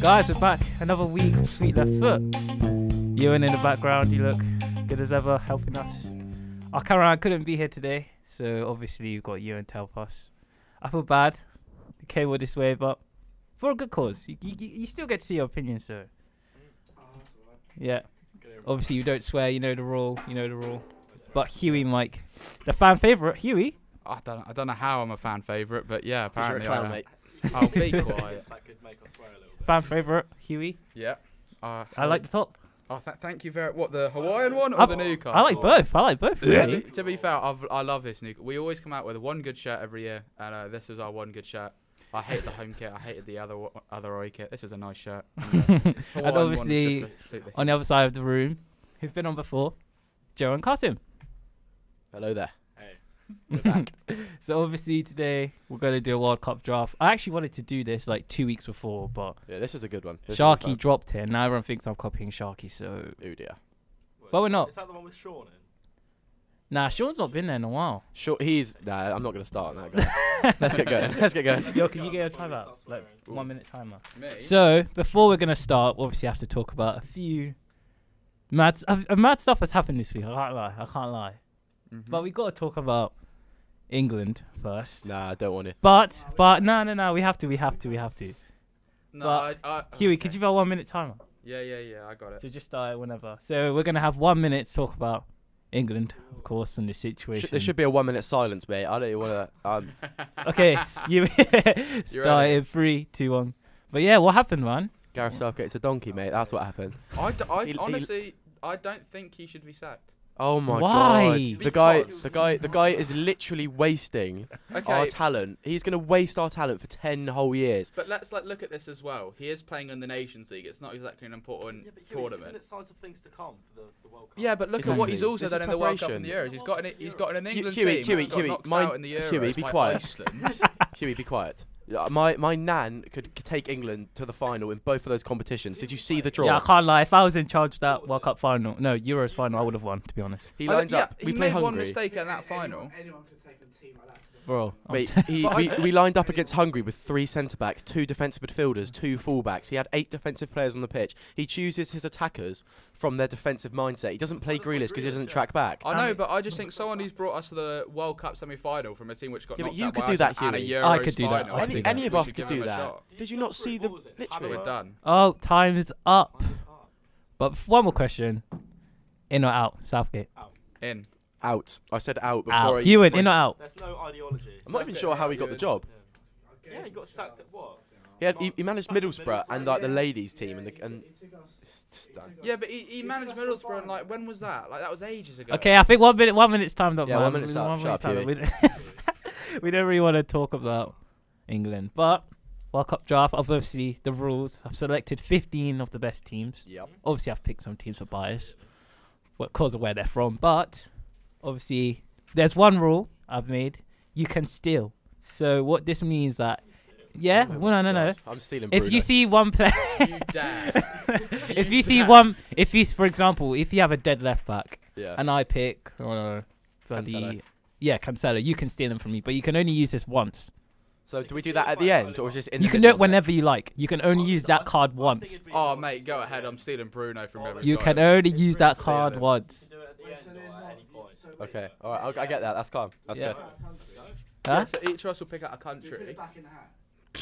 Guys, we're back. Another week, on sweet left foot. Ewan in the background, you look good as ever, helping us. Our cameraman couldn't be here today, so obviously you've got Ewan to help us. I feel bad. It came all this way, but for a good cause. You, you, you still get to see your opinion, so. Yeah. Obviously, you don't swear. You know the rule. You know the rule. But Huey, Mike, the fan favorite, Huey. I don't, I don't know how I'm a fan favourite, but yeah, You're a apparently clown, I am. mate. Oh, be quiet. that could make us swear a little bit. Fan favorite, Huey. Yeah. Uh, I like the top. Oh, th- thank you very. What the Hawaiian one or I- the Newcastle? I like both. I like both. To Really. be, to be fair, I've, I love this new. We always come out with one good shirt every year, and uh, this was our one good shirt. I hate the home kit. I hated the other one- other away kit. This is a nice shirt. Hawaiian one was obviously, just to suit the- on the other side of the room, who've been on before, Joe and Kasim. Hello there. Hey, so obviously today we're going to do a World Cup draft. I actually wanted to do this like two weeks before, but Yeah, this is a good one. This is a Sharky good dropped it, and now everyone thinks I'm copying Sharky. So one. Ooh dear. what But is we're it? not. Is that the one with Sean in? nah, Sean's not been there in a while. Sure, he's. Nah, I'm not gonna start on that guy. Let's get going. Let's get going. Yo, can you get a before we timeout? start Like swearing. one minute timer. Me? So before we're gonna start, we obviously have to talk about a few mad, a, a mad stuff that's happened this week. I can't lie. I can't lie. Mhm. But we got to talk about England first. Nah, I don't want to. But but no no no, we have to we have to we have to. no, but- I, I, Huey, okay. could you have a one minute timer? Yeah, yeah, yeah. I got it. So just start whenever. So we're gonna have one minute to talk about England, of course, and the situation. Sh- there should be a one minute silence, mate. I don't want to. Um, okay, s- you start ready? in three, two, one. But yeah, what happened, man? Gareth Southgate's a donkey, mate. That's what happened. I, d- I He- he- honestly, I don't think he should be sacked. Oh my Why? god. The guy, Because- the guy, the guy is literally wasting Okay, our talent. He's gonna waste our talent for ten whole years. But let's like look at this as well. He is playing in the Nations League. It's not exactly an important Yeah, but Huey, isn't tournament. it signs of things to come for the, the World Cup? Yeah, but look at what he's Exactly. also This done is in the World Cup and the preparation. Euros. He's got an he's got an Hu- England Huey, team. Huey, that's got Huey, knocked mind- out in the Euros Huey, be by quiet. Iceland. Huey, be quiet. Yeah, My my nan could c- take England to the final in both of those competitions. Did you see the draw? Yeah, I can't lie. If I was in charge of that was World it? Cup final, no Euros final, I would have won. To be honest, He I don't- lines yeah, up. We he play made one Hungary. mistake in that final. Anyone could take a team like that to the bro. I'm Wait, t- he, But we, I- we lined up against Hungary with three centre backs, two defensive midfielders, two fullbacks. He had eight defensive players on the pitch. He chooses his attackers from their defensive mindset. He doesn't play why Grealish there's no because he doesn't Grealish, track back. I Damn know, it. but I just think someone who's brought us to the World Cup semi-final from a team which got Yeah, but knocked you out could by do that, Iceland and a Huey. I Euros could do that. final. I I think Any, think that- any we of us should could give do him a that. shot. Did you not see the What was it? literally? We're done. oh, time is up. Mine was up. But f- one more question: in or out? Southgate? In. Out. I said out before. I, Out. Ewan, in or out? There's no ideology. I'm not even sure how he got the job. Yeah, he got sacked at what? He, had, he, he managed Middlesbrough and like the ladies team and the and. It's just done. Yeah, but he, he managed Middlesbrough and like when was that? Like that was ages ago. Okay, I think one minute, one minute's timed up. Yeah, man. one minute's up. Shut up, timed We, we don't really want to talk about England, but World Cup draft. Obviously, the rules. I've selected 15 of the best teams. Yep. Obviously, I've picked some teams for bias, what cause of where they're from. But obviously, there's one rule I've made: you can steal. So what this means that, yeah, well, no, no, no. I'm stealing. If Bruno. you see one player, You dare. if you see one, if you, s- for example, if you have a dead left back yeah. and I pick uh, bloody Cancelo. yeah Cancelo. You can steal them from me, but you can only use this once. So do we do that at the end or just in? you the can do middle it of whenever you like. You can only Well, use I- that I card think once. it'd be Oh nice mate, to go say, ahead. yeah. I'm stealing Bruno from Oh, every You side. can only It's use pretty that much card stealing. You once. can do it at the Wait, end so or there's at not- any point. so wait, Okay. All right. I, I get that. That's calm. That's Yeah. good. that counts, though. Huh? So each of us will pick out a Do you put country. it back in the hat?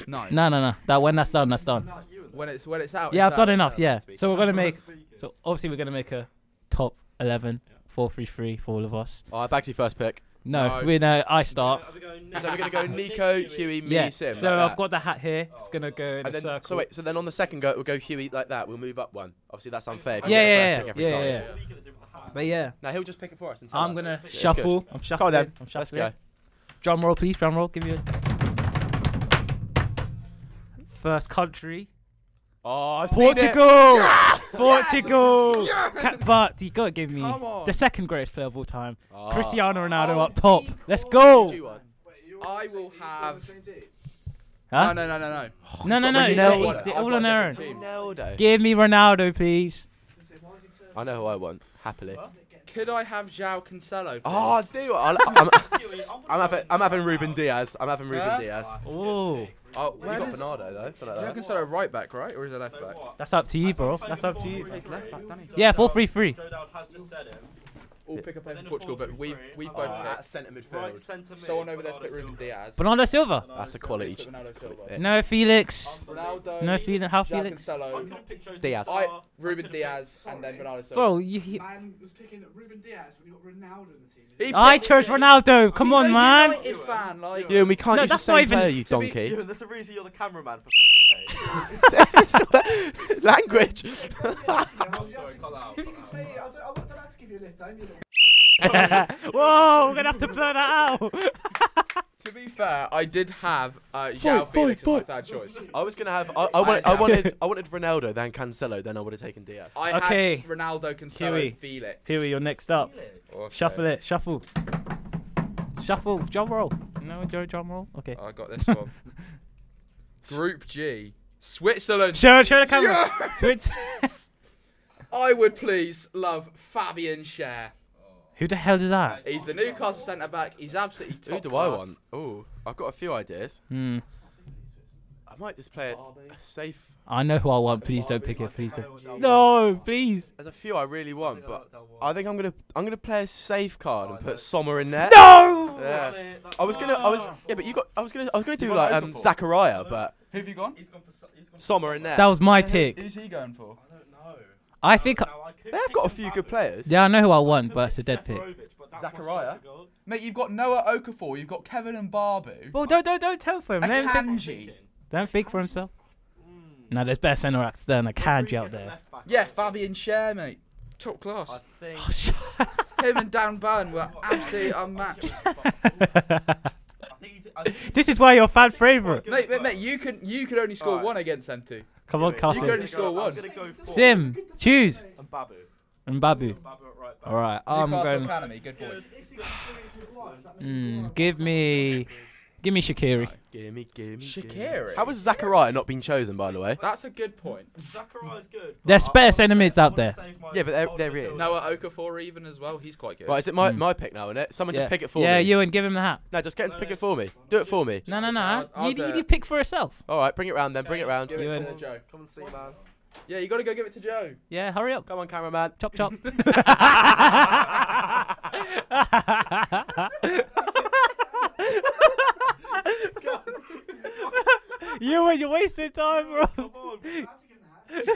No. No, no, no. That when that's done, that's done. No. When it's when it's Oh, out. Yeah, it's I've done out. enough. Yeah. So we're gonna I'm make. speaking. So obviously we're gonna make a top 11, 4-3-3 for all of us. All right. Back to your first pick. No, No. we know. I start. Are we going So we're gonna go Nick, Nico, Huey, me, Yeah. Sim. So like I've that. got the hat here. It's gonna go in And a then, circle. so wait, so then on the second go, we'll go Huey like that. We'll move up one. Obviously, that's unfair. if you Yeah, get the yeah, yeah, first pick every yeah, time. yeah, yeah. What are you gonna do with the hat? But yeah, Now he'll just pick it for us. And tell I'm us. gonna it's good. shuffle. I'm shuffling. then. I'm Let's shuffling. go. Drum roll, please. Drum roll. Give you a first country. Oh, I've seen it. Portugal. Portugal. Ca- But you gotta give me Come on. the second greatest player of all time, Oh. Cristiano Ronaldo Oh, up top. Let's Who go. do you want? Wait, you I all will say- you all say the have- same team? No, Huh? Oh, no, no, no, no. No, no, got no. Ronaldo. it's- I've it's- got they're all on their own. Team. Ronaldo. Give me Ronaldo, please. Listen, why is he so- I know who I want. Happily. Could I have João Cancelo? Please? Oh, Ah, I do. I'll- I'm, I'm, Huey, I wouldn't I'm having, mind I'm having going Ruben out. Diaz. I'm having Ruben Huh? Diaz. Oh, Oh, You where got does, Bernardo though. something like you that. reckon Soto right back, right, or is it left So back? what? That's up to you, bro. playing That's a up to you. 4-3-3. He's left back, doesn't he? Yeah, four three three. Dodal has just said him. All pick up Then in a Portugal, but we 4-3-3, we I'm both like, picked. Ah, that's centre midfield. Right centre mid. Someone over there Bernardo split Ruben Silva. Diaz. Bernardo Silva. Bernardo That's a Silva. quality. Put Ronaldo Silva. Yeah. No Felix. Ronaldo, No feeling. How Joao Felix? I Cancelo, could have picked Jose Diaz. Sarr, I, I Ruben could've Diaz, and then sorry. Ronaldo Silva. Bro, you. he- Man was picking Ruben Diaz when he got Ronaldo in the team. He- I chose Ronaldo. Come on, man. United fan, like. Yeah, and we can't No, use the that's not same even- player, you to be- picked- donkey. Ewan, there's a reason you're the cameraman for Language. sorry, call out, You call can out. say, I don't, I don't have to give you a lift, don't you? Whoa, we're gonna have to blur that out. To be fair, I did have uh, Joao Fight, Felix as my fight, third choice. I was gonna have. I, I, wanted, I Sancho. wanted. I wanted Ronaldo, then Cancelo, then I would have taken Diaz. I Okay. had Ronaldo, Huey. Cancelo, Felix. Huey, you're next up. Okay. Shuffle it. Shuffle. Shuffle. Drum roll. No, Joe, drum roll. Okay. I got this one. Group G, Switzerland. Show, show the camera. Yeah. Switz. I would please love Fabian Cher. Who the hell is that? He's the Newcastle centre back. He's absolutely top Who do I class. want? Oh, I've got a few ideas. Hmm. I might just play it safe. I know who I want. Please don't pick it. Please don't. Bernardo. No, please. There's a few I really want, but Bernardo Silva. I think I'm gonna I'm gonna play a safe card Oh, and put Sommer in there. No. Yeah. That's it, that's I was gonna I was Ah. yeah, but you got I was gonna I was gonna do got like open um for? Zachariah, but Who have you gone? He's gone for so- he's gone for Sommer in there. That was my pick. Who's he going for? I don't know. I think. Now, I could They've pick got a him few back. good players. Yeah, I know who I want, Could but pick it's a dead pick. Seferovic, but that's my Zachariah? striker goal. Mate, you've got Noah Okafor. You've got Kevin and Barbu. Well, don't don't don't tell for him. I Don't can- think, Angie. don't think for himself. Mm. No, there's better centre backs than a Kanji out Rodriguez at there. Oh, left back, I Yeah, think. Fabian Cher, mate. Top class. I think. Him and Dan Van were absolutely unmatched. I think he's- I think he's- this is why you're a fan I think he's quite favourite. good mate, as mate, well. mate, you can you could only score Alright. one against them two. Come on, Anyway, You could Carson. only score I'm one. gonna go for- Sim, choose. And Babu. And Babu. Babu at right back. All right, I'm Newcastle going. Academy, good boy. Mm, give me, give me Shakiri. Gimme, gimme. Shaqiri. How has Zachariah not been chosen, by the way? That's a good point. Zachariah's good. but There's I- I better wanna centre save- mids I out wanna there. save my Yeah, but there- old there is. midfielder. Noah Okafor even as well. He's quite good. Right, is it my, Mm. my pick now, isn't it? Someone yeah. just pick it for yeah, me. you and give him the hat. No, just get him to No, pick no, it for me. Do it for me. No, no, no. I'll- I'll You, do you, it. you pick for yourself. All right, bring it round then. Bring it round. Give You it and- to Joe. Come and see, man. Yeah, you got to go give it to Joe. Yeah, hurry up. Come on, cameraman. Chop chop. you and you're wasting time, bro. Come on. Nick,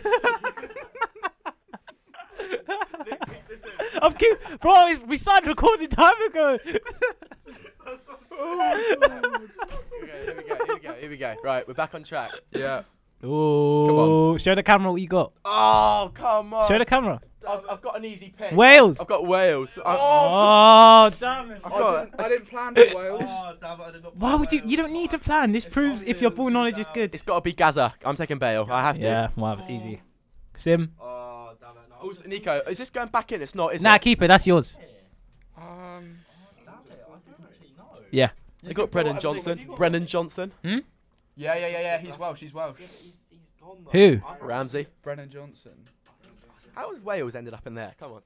keep this in. I'm keep, bro. it's- We started recording time ago. That's what- Oh, Okay, here we go. Here we go. Here we go. Right, we're back on track. Yeah. Ooh, show the camera what you got. Oh, come on. Show the camera. I've, Oh, I've got an easy pick. Wales. I've got Wales. I- Oh, damn it. I've got- I didn't, I didn't plan for Wales. Oh, damn it, I did not Why put would you? Wales. You don't need to plan. This It's proves if your ball obvious, knowledge is uh, good. it's got to be Gaza. I'm taking Bale. I have to. Yeah, wow, easy. Sim. Oh, damn it. No, Also, Nico, is this going back in? It's not, is Nah, it? keep it. That's yours. Um, Damn it, I don't actually know. Yeah. They got Brennan Johnson. Brennan Johnson. yeah, yeah, yeah, yeah. He's Welsh. He's Welsh. Yeah, but he's, he's gone though. Who? I- Ramsey. Brennan Johnson. How has Wales ended up in there? Come on.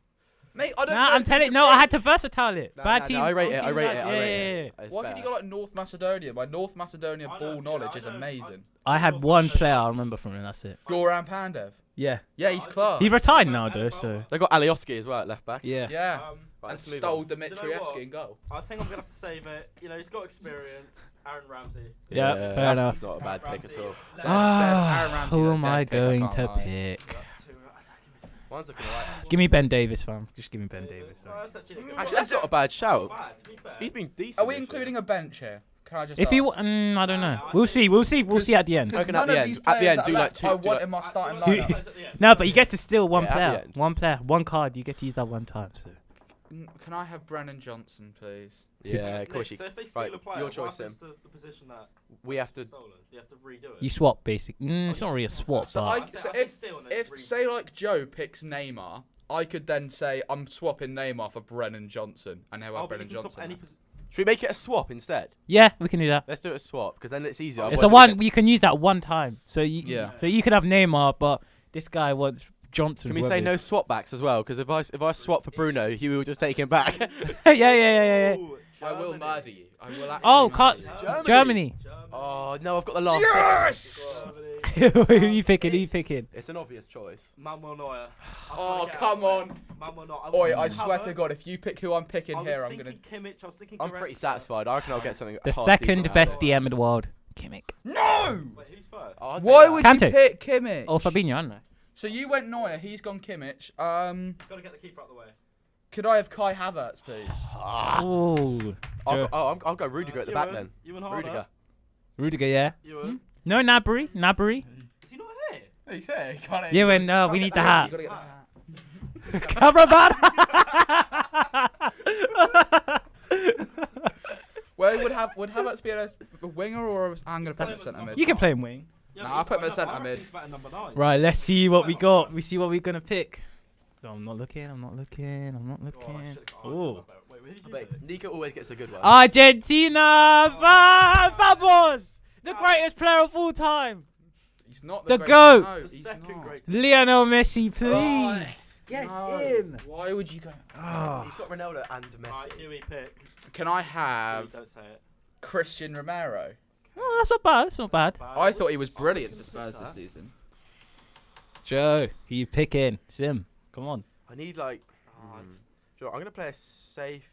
Mate, I don't Nah, know. I'm telling. No, I had to versatile it. No, Bad no, team. no, I rate it. I rate it. Yeah, I rate yeah, yeah. it. It's Why did you better. go like North Macedonia? My North Macedonia I know, ball yeah, knowledge I is know, I- amazing. I had one player I remember from him. That's it. Goran Pandev. Yeah. Yeah, he's class. He retired now though, so They got Alioski as well at left back. yeah. Yeah. Um, Right, And let's move stole on. Dimitrievski Do you know what? in goal. I think I'm gonna have to save it. You know, he's got experience. Aaron Ramsey. Yeah, that's fair enough. Not a bad pick at Ramsey, all. left. Aaron Ah, Ramsey's who a am dead I pick, I going can't to lie. pick? That's two attacking midfielders. One's looking alright. Give me Ben Davis, fam. Just give me Ben Well, Davis. that's actually not Actually, that's not a bad shout. bad, to be fair. He's been decent. Are we including a bench here? Can I just If he, ask? wa- mm, I don't know. No, no, I We'll think- see. We'll see. We'll see at the end. 'Cause Okay, at none the of end- these at the players end, that do like left, two- I do want like- in my starting do Who- like- lineup. No, but you get to steal one Yeah, at the player. end. One player, one card. You get to use that one time. So N- Can I have Brennan Johnson, please? Yeah, of course. Nick, You, So if they steal right, a player, your what choice, happens to the position that we have to. was stolen? You have to redo it. you swap, basic. Mm, Oh, it's you not really a swap. swap, So but I- I say- so I say if- steal and then If redo. say like Joe picks Neymar, I could then say I'm swapping Neymar for Brennan Johnson, and how Oh, about but you Brennan can swap Johnson? any then? posi- Should we make it a swap instead? yeah, we can do that. Let's do it a swap because then it's easier. It's otherwise a we'll one. get- You can use that one time. So you, Yeah. So you could have Neymar, but this guy wants Johnson. Can we say no swap backs as well? Because if I, if I swap for Bruno, Huey will just take him back. yeah, yeah, yeah, yeah, yeah. Ooh, I will Germany. murder you. I will actually Oh, murder cut. you. Germany. Germany. Germany. oh, no, I've got the last Yes! Germany. Who are you picking? Who you picking? It's an obvious choice. Manuel Neuer. I've gotta Oh, get come out of on. the way. Manuel Neuer. was Oi, I thinking swear to Havertz. God, if you pick who I'm picking I was here, I'm thinking gonna. Kimmich. I was thinking I'm pretty Goretzka. satisfied. I reckon I'll get something. The half second decent best out of it. DM in the world. Kimmich. No! Wait, who's first? Oh, I'll take Why that. would you Kante. pick Kimmich? Or Oh, Fabinho, aren't they? So you went Neuer, he's gone Kimmich. Um, Gotta get the keeper out the way. could I have Kai Havertz, please? Ah, Oh. I'll, Sure. go, oh, I'm- I'll go Rudiger at the back then. Ewan Harder. Rudiger. Rudiger, yeah. Ewan. No, Nabry. Nabry. Is he not here? He's here. You got Yeah, and no, we need the hat. You gotta get the Hat. hat. Camera Where would have would Havertz be a, a winger or a, I'm gonna put him That's- at centre mid. you can play him wing. Yeah, Nah, but I'll he's put him not- at centre I reckon mid. he's better number nine. Right, let's see what we got. We see what we're gonna pick. No, Oh, I'm not looking. I'm not looking. I'm not Oh, I looking. should've got- Oh. Wait, who did you Wait, pick? Nico always gets a good Ah! one. Argentina, va- vamos! The greatest player of all time. He's not The the, greatest- goat. No, The he's second not. greatest. Lionel Messi, Right. please. Get No. Why would you go? Oh. He's got Ronaldo and Right, Messi. who we pick? Can I Please have Don't say it. Christian Romero? Oh, that's not bad. That's not bad. Bad. I thought he was I was brilliant for gonna pick Spurs this that. season. Joe, who you picking? Sim, come on. I need like. Oh, I just- do you know what, I'm gonna play a safe.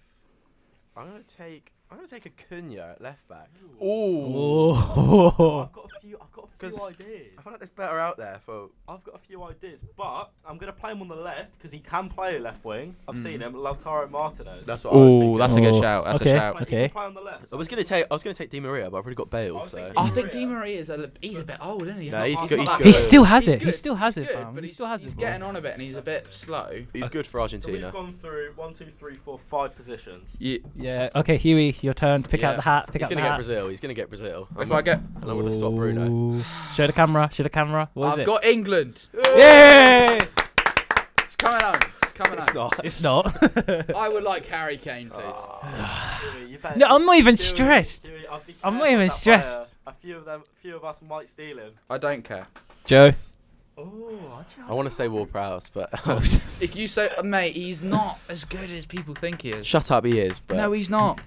I'm gonna take. I'm gonna take a Cunha at left back. Oh, Oh. I've got a few. I've got a few 'Cause ideas. I feel like there's better out there for. I've got a few ideas, but I'm gonna play him on the left because he can play left wing. I've Mm. seen him. Lautaro Martinez. That's what I was Ooh, thinking. that's a good Oh, shout. That's okay. a shout. Like, He Okay. can play on the left. I was gonna take. I was gonna take Di Maria, but I've already got Bale. I was So. thinking- I Di think Maria. Di Maria is a, li- he's a bit old, isn't he? Nah, not- he's not good- he's that good. He old. still has He's it. He good, still has he's it, good, fam. But He he's, still has he's it. bro. getting on a bit, and he's a bit slow. He's good for So we've Argentina. gone through one, two, three, four, five positions. You, Yeah. Okay, Huey, your turn. Pick out Yeah. the hat. Pick He's out the gonna get hat. Brazil. He's gonna get Brazil. if I get, And I'm gonna swap Bruno. Ooh. Show the camera. Show the camera. What I've is it? got England. Yay! It's coming home. It's coming It's home. not. It's not. I would like Harry Kane, Ah. please. Stewie, you better- no, I'm not even Stewie, stressed. Stewie, I'd be I'm not careful even with that player. stressed. A few of them, few of us might steal him. I don't care. Joe. Oh, I want to say Ward Prowse, but If you say, uh, mate, he's not as good as people think he is. shut up. He is. But No, he's not.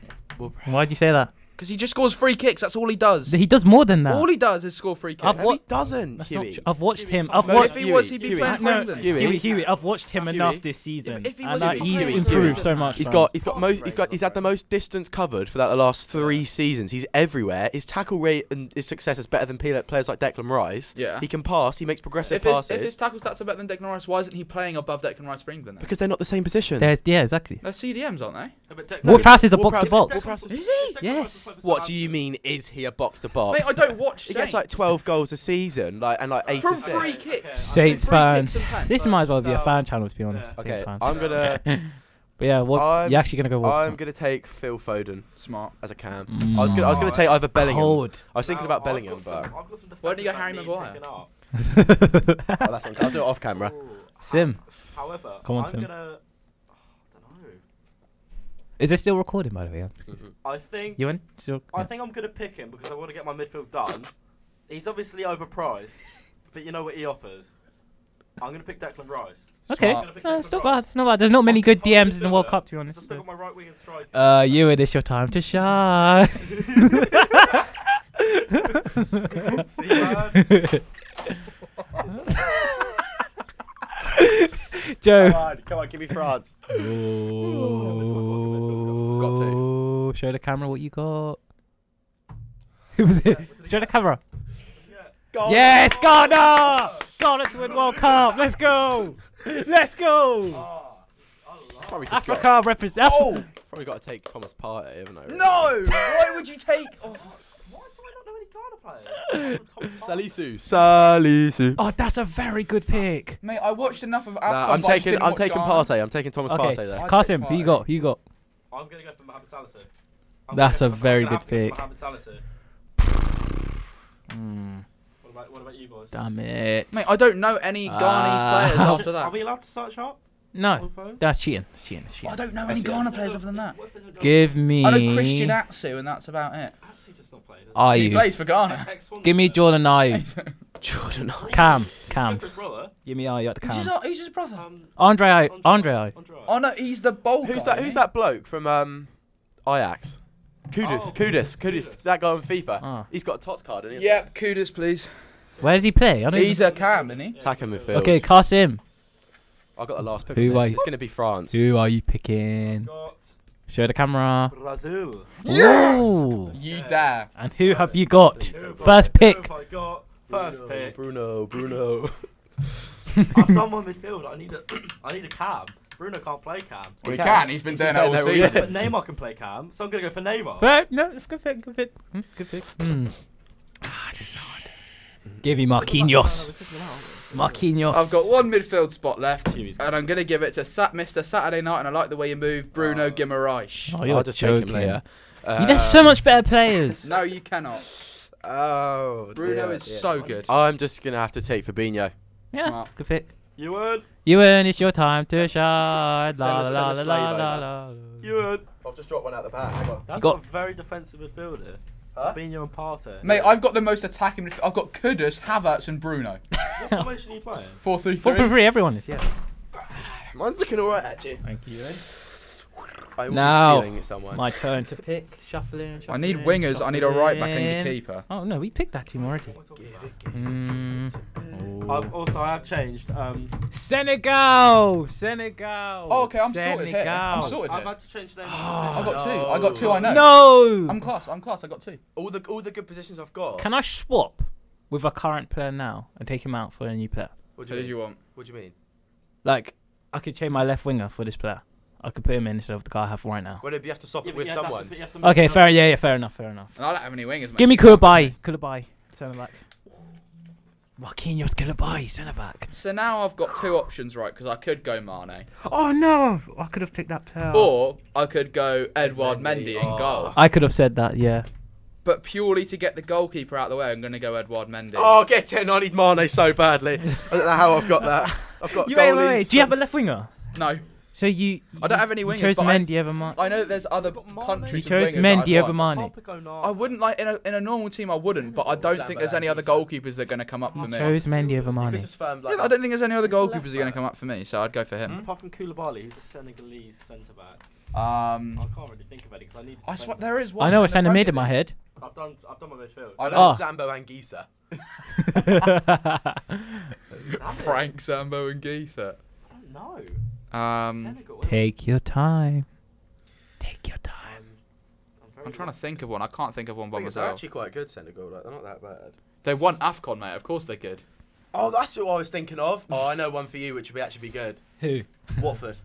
Why'd you say that? Because he just scores free kicks. That's all he does. He does more than that. All he does is score free I've kicks. No, what- he doesn't. That's not Huey. tr- I've watched Huey, him. come I've on. If watched. he Huey, was, he'd be Huey. playing No, for England. Huey. Huey, Huey, I've watched him Huey. enough this season, if he and was uh, in he's England- improved Huey. so much. He's man. got he's got Passing most rate he's is got he's had up the there. most distance covered for that the last three seasons. He's everywhere. His tackle rate and his success is better than pe- players like Declan Rice. Yeah. He can pass. He makes If progressive his, passes if his tackle stats are better than Declan Rice, why isn't he playing above Declan Rice for England? Then? because they're not the same position. There's, yeah, exactly. They're CDMs, aren't they? Ward Prowse is a Ward box to Prowse- box. Ward Prowse- Is he? Yes. What do you mean? Is he a box to box? Mate, I don't watch Oh, He Saints. gets like 12 goals a season, like and like eight From assists. free kicks. Saints Free fans. kicks and pens. This might as well be a Um, fan channel, to be honest. yeah. Okay, Saints fans. I'm gonna But yeah, what, I'm- you're actually gonna go. I'm What, gonna take Phil Foden Smart. as a cam. Mm. I was gonna I was gonna take either Bellingham. cold. I was thinking about Oh, Bellingham, but Why Why don't you go Harry Maguire? oh, that's on, I'll do it off camera. Sim, However, Come on, I'm Tim. gonna. Oh, I don't know. is it still recording by the way? I think You in? Still? I think I'm gonna pick him because I want to get my midfield done. He's obviously overpriced, but you know what he offers. I'm gonna pick Declan Rice. Okay, Smart. uh, it's not bad. It's not bad. There's not many good DMs in the World Cup, to be So I've honest. still got my right wing and striker. Uh, you it is your time to shine. See, man. Joe. on, come on, give me France. Oh, show the camera what you got. show the camera. Yes, Ghana! Ghana to win World Cup. Let's go. Let's Oh. go. Probably, just got, Africa represents. Oh probably got to take Thomas Partey, haven't I? really? no! Why would you take? Oh, Why do I not know any Ghana players? Thomas Partey. Salisu. Salisu. Oh, that's a very good pick. mate, I watched enough of. Afcon, Nah, I'm but I just taking didn't I'm watch taking Ghana. Partey. I'm taking Thomas Okay, Partey there. I'd Kasim, pick who you Partey. got? Who you got? I'm gonna go for Mohamed Salisu. I'm That's gonna a go for- very I'm gonna have good to go for pick. Mohamed Salisu. What about what about you boys? Mm, Damn it. Mate, I don't know any Ghanese Ah. players after Are that. we allowed to search up No, on phone? that's cheating. That's cheating. That's I cheating. don't know any Ghana players other than that. What if they don't know? Give me. I know Christian Atsu, and that's about it. Actually, just not played. Are He you? plays for Ghana. Give me Jordan Ayew. Jordan. Ayew. Cam. Cam. Yemi Ayu at the Who's his, count. who's his brother? Um, Andre Ayew. Andre Ayew. Andre. Oh no, he's the bold Who's guy. that? Who's that bloke from um, Ajax? Kudus, Oh, Kudis, Kudis, Kudus, Kudus. That guy on FIFA. Ah. He's got a tots card, and Yep, kudos, please. Where does he play? I don't He's even... a cam, isn't he? Attack and midfield. Okay, cast him. I got the last pick. Who Who are you- It's gonna be France. Who are you picking? Got Show the camera. Brazil. Ooh. You dare. And who have you got? Who have I- First Who pick. have I got? First pick. Bruno, Bruno. I've done my midfield. I need a, I need a cam. Bruno can't play cam. We can. can. He's been doing it all doing that all season. But Neymar can play cam, so I'm gonna go for Neymar. Right, no, it's good pick, good pick. Mm, Good pick. Mm. Ah, just hard. Give me Marquinhos. Marquinhos. I've got one midfield spot left, Kiwi's and I'm going to give it to Sat Mr. Saturday Night, and I like the way you move, Bruno Oh. Guimaraes. Oh, you're I'll just joking. take him later. Um, you get Uh, so much better players. No, you cannot. Oh, Bruno dear. is so good. I'm just gonna have to take Fabinho. yeah, Smart. good pick. You would. You earn, it's your time to shine. La Send us- la la send us la Slavo la back. la. You would. I've just dropped one out the back. Hang on. That's Got- got a very defensive midfielder. Huh? Fabinho and Partey. Mate, I've got the most attacking. midf- I've got Kudus, Havertz, and Bruno. What formation are you playing? 4 3 Four for 3. three, everyone is, yeah. Mine's looking alright actually. Thank you. eh? I will be Now, stealing it somewhere. My turn to pick. Shuffling, I shuffling. need wingers, I need a right back, I need a shuffling. keeper. Oh no, we picked that team already. What are we talking about? Hmm. Mm. I've also I have changed. Um, Senegal, Senegal. Oh, okay, I'm Senegal. sorted here. I'm sorted I've here. had to change names. I've got two. I got two. I know. No. I'm class. I'm class. I got two. all the all the good positions I've got. Can I swap with a current player now and take him out for a new player? what Who do you want? What do you mean? Like, I could change my left winger for this player. I could put him in instead of the guy I have right now. Well, you have to swap Yeah, it but with you have to- someone. you have to make Okay, another- fair. Yeah, yeah, fair enough. Fair enough. And I don't have any wingers. mate. Give me So you can't- Kulabai. Kulabai. Centre back. Marquinhos Kulabai. Centre back. So now I've got two options, right? Because I could go Mane, Oh no! I could have picked that player. Oh. or I could go Edward Mendy, Mendy, in goal. oh. I could have said that. Yeah. But purely to get the goalkeeper out of the way, I'm going to go Edward Mendy. Oh, get in! I need Mane so badly. I don't know how I've got that. I've got You, wait, goalies. wait, wait. Do you have a left winger? No, So you. I don't have any wingers. You chose but I- Mendy over Mar- I know there's other But Mane- countries. You You with chose wingers that I'd Mendy over want. Mane. Can't pick Onana. I wouldn't like in a in a normal team. I wouldn't, but I don't think there's any other goalkeepers that are going to come up for You me. chose Mendy over You could Mane. just firm Yeah, like. I don't think there's any other He's a left goalkeepers that are going to back. come up for me, so I'd go for him. Apart from Koulibaly, who's a Senegalese centre back. I Um, can't really think of any because I need. To I swear defend there is one. I know in a the centre Premier mid in my League. head. them. I've done. I've done my midfield. I know Oh. Sambo and Gisa. Damn it, Frank Sambo and Gisa. I don't know. Um, Senegal. where- Take your time. Take your time. Um, very I'm trying to lost. think of one. I can't think of one by they're myself. actually quite good Senegal. Like they're not that bad. They won Afcon, mate. Of course they're good. Oh, that's what I was thinking of. Oh, I know one for you, which would be actually be good. Who? Watford.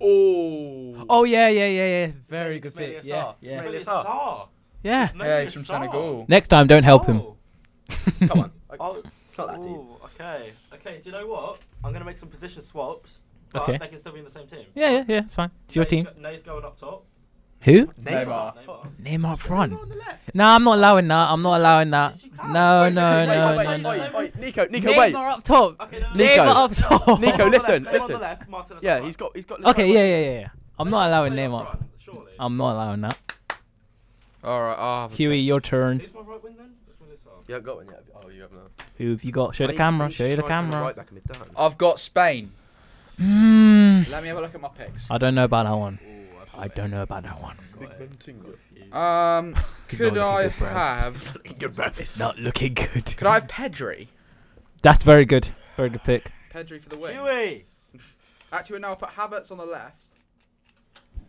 Oh. Oh yeah, yeah, yeah, yeah. Very good Ismail pick. Assar. Yeah, yeah, Ismail- Maybe it's Sarr. Sarr. yeah. Maybe Yeah, it's he's from Sarr. Senegal. Next time, don't help him. Oh. Come on. Oh, It's not that deep. ooh, okay. Okay, do you know what? I'm gonna make some position swaps, but Okay. they can still be in the same team. Yeah, yeah, yeah. It's fine. It's your Ney's team. go- Ney's going up top. Who? Neymar. Neymar. Name up front. On the left. No, I'm not allowing that. I'm not allowing that. Yes, you can. No, Wait, no, wait, wait, no, wait, no, wait, no. wait. Nico, Nico, Neymar wait. up top. Okay, no, no, no. Nico. Neymar up top. Neymar on Nico, the listen, left, Neymar on the listen. left, Martinez up Yeah, front. he's got, he's got. Okay, yeah, yeah, yeah, yeah. I'm not Neymar allowing play up Neymar up top. front, Surely. I'm not allowing that. All right. ah, but- Huey, your turn. Who's my right wing then? Just when it's off. You haven't got one yet. Oh, you haven't. Who have you got? Show the camera. Show you the camera. Right back in mid I've got Spain. Hmm. Let me have a look at my picks. I don't know about that one. Ooh, I've I don't know about that one. Um, He's could not I looking good, bruv. have? It's not looking good. Could I have Pedri? That's very good. Very good pick. Pedri for the win. Huey! Actually, now I'll put Havertz on the left,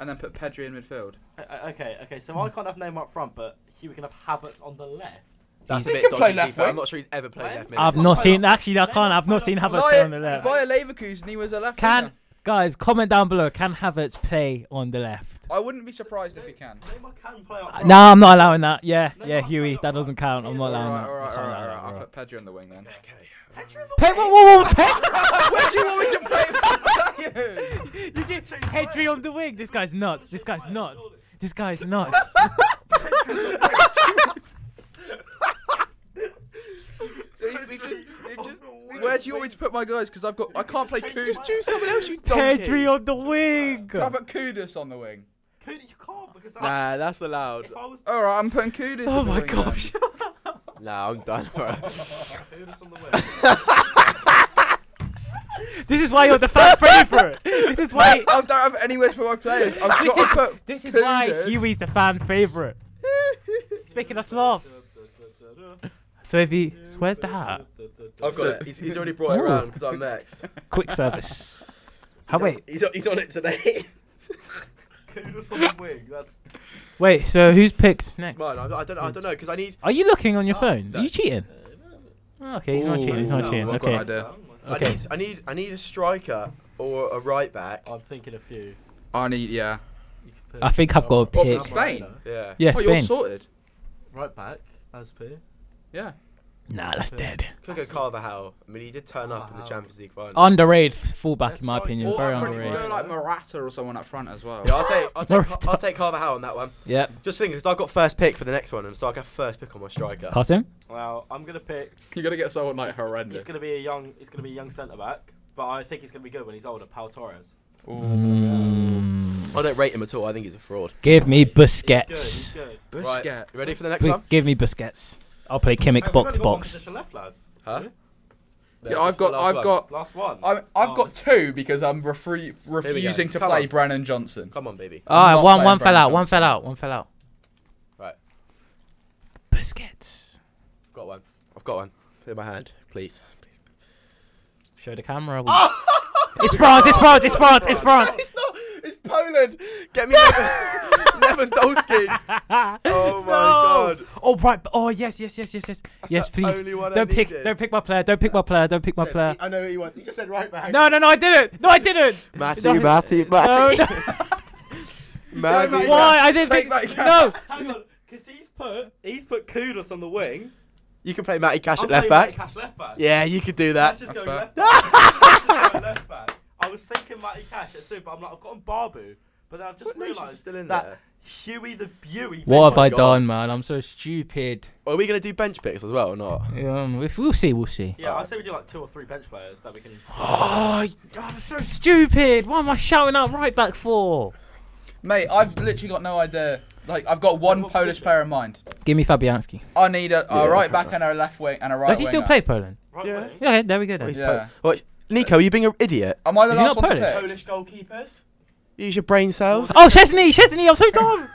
and then put Pedri in midfield. Uh, uh, Okay, okay, so I can't have Neymar up front, but Huey can have Havertz on the left. That's He a can bit play dodgy. left keeper. I'm wing. not sure he's ever played Why? left mid. I've not seen. Actually, I can't. I've not seen Havertz play on the left. Bayer Leverkusen, he was a left. Can winger. guys comment down below? Can Havertz play on the left? I wouldn't be surprised if he can. Neymar can play up Uh, front. No, I'm not allowing that. Yeah, No, yeah, no, Huey, no, that no. doesn't count. I'm Yes, not All allowing right, that. all I right, all can't right, allow all that, right. I'll bro. put Pedri on the wing then. Pedro in the Pe- wing! whoa, whoa, whoa, Pe- Where do you want me to play for you? you just Pedri on the wing. This guy's nuts. This guy's nuts. This guy's nuts. We've just, we've just, where do you want me to put my guys? Because I've got, I can't play Kudus. Do someone else, you donkey. Pedri on the wing. Can I put Kudus on the wing? Could- You can't, because that- Nah, that's allowed. if I was All right, I'm putting Kudus. Oh on the my wing then. gosh. Nah, I'm done. All right. Kudus on the wing. This is why you're the fan favorite. This is why. I don't have anywhere for my players. I've This got to is put this is two why there. Huey's the fan favorite. It's making us laugh. So if you, where's the hat? I've got it. He's, he's already brought it Ooh. around because I'm next. Quick service. Oh wait, He's, he's on it today. Kudos on the wing. That's wait. So who's picked next? Mine. I, I don't. I don't know because I need. Are you looking on your phone? no. Are you cheating? Oh, okay, he's not cheating. He's not Ooh. cheating. I've got an Okay. idea. Okay. I need. I need. I need a striker or a right back. Oh. I'm thinking a few. I need, yeah. You could put- I think I've got a Well, pick. for Spain? Moreno, Yeah. Yeah, oh, you're Spain. sorted. Right back, as per. Yeah. Nah, that's dead. Could go Carvajal. I mean, he did turn up in the Carvajal. Champions League final. Underrated f- fullback, That's in my right. opinion. Or Very I I'd think probably underrated. go like Morata or someone up front as well. Yeah, I'll take. I'll take. Car- Morata. I'll take Carvajal on that one. Yep. Just thinking, because I got first pick for the next one, and so I got first pick on my striker. Cosim? Well, I'm gonna pick. You're gonna get someone like He's horrendous. gonna be a young. He's gonna be a young centre back, but I think he's gonna be good when he's older. Pal Torres. Mm. Mm. I don't rate him at all. I think he's a fraud. Mm. Give me He's Busquets. good. He's good. Right, Busquets. you ready for the next Please one? Give me Busquets. I'll play Kimmich Hey, we've box only to got one box. position left, lads. Huh? Yeah, I've got, I've got, Last one. I'm, I've Oh, got this- two because I'm refre- go. refusing to Come play on. Brandon Johnson. Come on, baby. I'm Alright, not one playing one fell Brandon out, one Johnson. fell out, one fell out. Right. Busquets. I've got one. I've got one. In my hand, please. Show the camera. we- it's France, it's France, it's France, it's France. It's not. It's Poland. Get me Lev- Lewandowski. Oh my god. Oh right, b- oh yes, yes, yes, yes, yes. yes, the please. only one I don't pick needed. don't pick my player, don't pick my player, don't pick my player. I know what you want. You just said right back. No no no I didn't! No I didn't! Matty, No, Matty, No, Matty, no. Matty. Why? I didn't Take pick that No! Hang on, because he's put he's put Kudos on the wing. You can play Matty Cash I'm at left playing Matty back. Cash left back. Yeah, you could do Let's that. That's just go fair. left back. Let's just go left back. I was thinking Matty Cash at super. I'm like, I've gotten Barbu, but then I've just What nation's realised still in that there? Huey the Beauty. What have Oh my I God. done, man? I'm so stupid. Are we gonna do bench picks as well or not? Um, if- we'll see, we'll see. Yeah, I say we do like two or three bench players that we can. Oh, I'm so stupid. Why am I shouting out right back for? Mate, I've literally got no idea. Like, I've got one What Polish position? player in mind. Give me Fabianski. I need a, Yeah, a right fair back and a left wing and a right. Does he still winger. play Poland? Right Yeah. wing. Yeah, okay, there we go then. Yeah. What? Nico, are you being an idiot? Am I the Is he last not one Polish? to pick? Polish goalkeepers. Use your brain cells. Oh, Chesney, Chesney, I'm so dumb.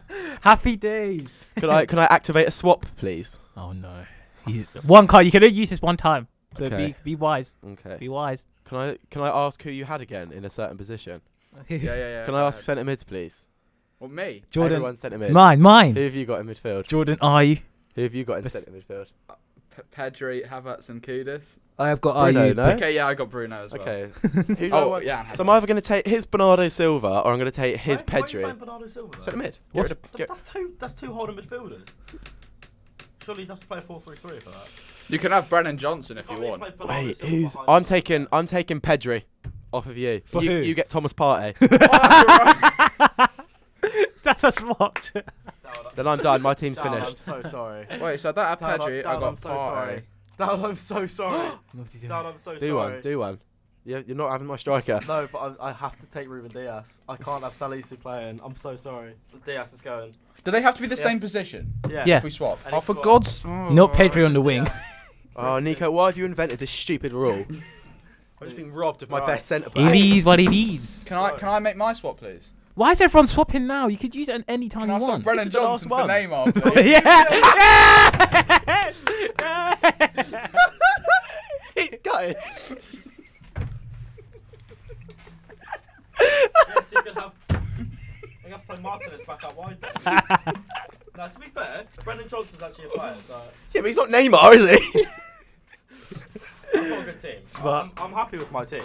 Happy days. Can I can I activate a swap, please? Oh no. He's one card. You can only use this one time. So Okay. be be wise. Okay. Be wise. Can I can I ask who you had again in a certain position? Yeah, yeah, yeah. Can I ask centre mids, please? Well, me. Jordan, Everyone centre mid. mine, Who mine. have you got in midfield? Jordan, I. Who have you got in This- centre midfield? P- Pedri, Havertz, and Kudus. I have got Bruno, no? Okay, yeah, I got Bruno as well. Okay. Who do I Oh, want? yeah. and So I'm either going to take his Bernardo Silva or I'm going to take his why, Why are you Pedri. playing Bernardo Silva? Centre though? mid. Get What? rid of- Th- get- That's two. That's two holding midfielders. Surely you have to play a 4-3-3 for that. Havertz. You can have Brennan Johnson if Can't you really want. play Bernardo Wait, Silva who's? behind I'm him. taking. I'm taking Pedri off of you. For you, who? you get Thomas Partey. That's a swatch. Dowd, I'm- then I'm done. My team's Dowd, I'm finished. so sorry. Wait, so that had Dad, I'm- Pedri, Dad, I got I'm so sorry. Partey. Dad, I'm so sorry. Dad, I'm so Do sorry. one. Do one. Yeah, you're not having my striker. No, but I, I have to take Ruben Diaz. I can't have Salisu playing. I'm so sorry. Diaz is going. Do they have to be the Yes. same position Yeah. Yeah. if we swap? And Oh, he's for got- God's. Not Pedri on the wing. Oh, Nico, why have you invented this stupid rule? I'm just being robbed of my Right. best centre It back. is what it is. Can I can I make my swap, please? Why is everyone swapping now? You could use it at any time Can I you swap want. Brennan is the last Johnson for one. Neymar, yeah. please? yeah. He's gutted. Yes, you can have. You have to play Martinez back out wide. then. now, to be fair, Brendan Johnson's actually a player, so Yeah, but he's not Neymar, is he? I've got a good team. I'm, I'm happy with my team.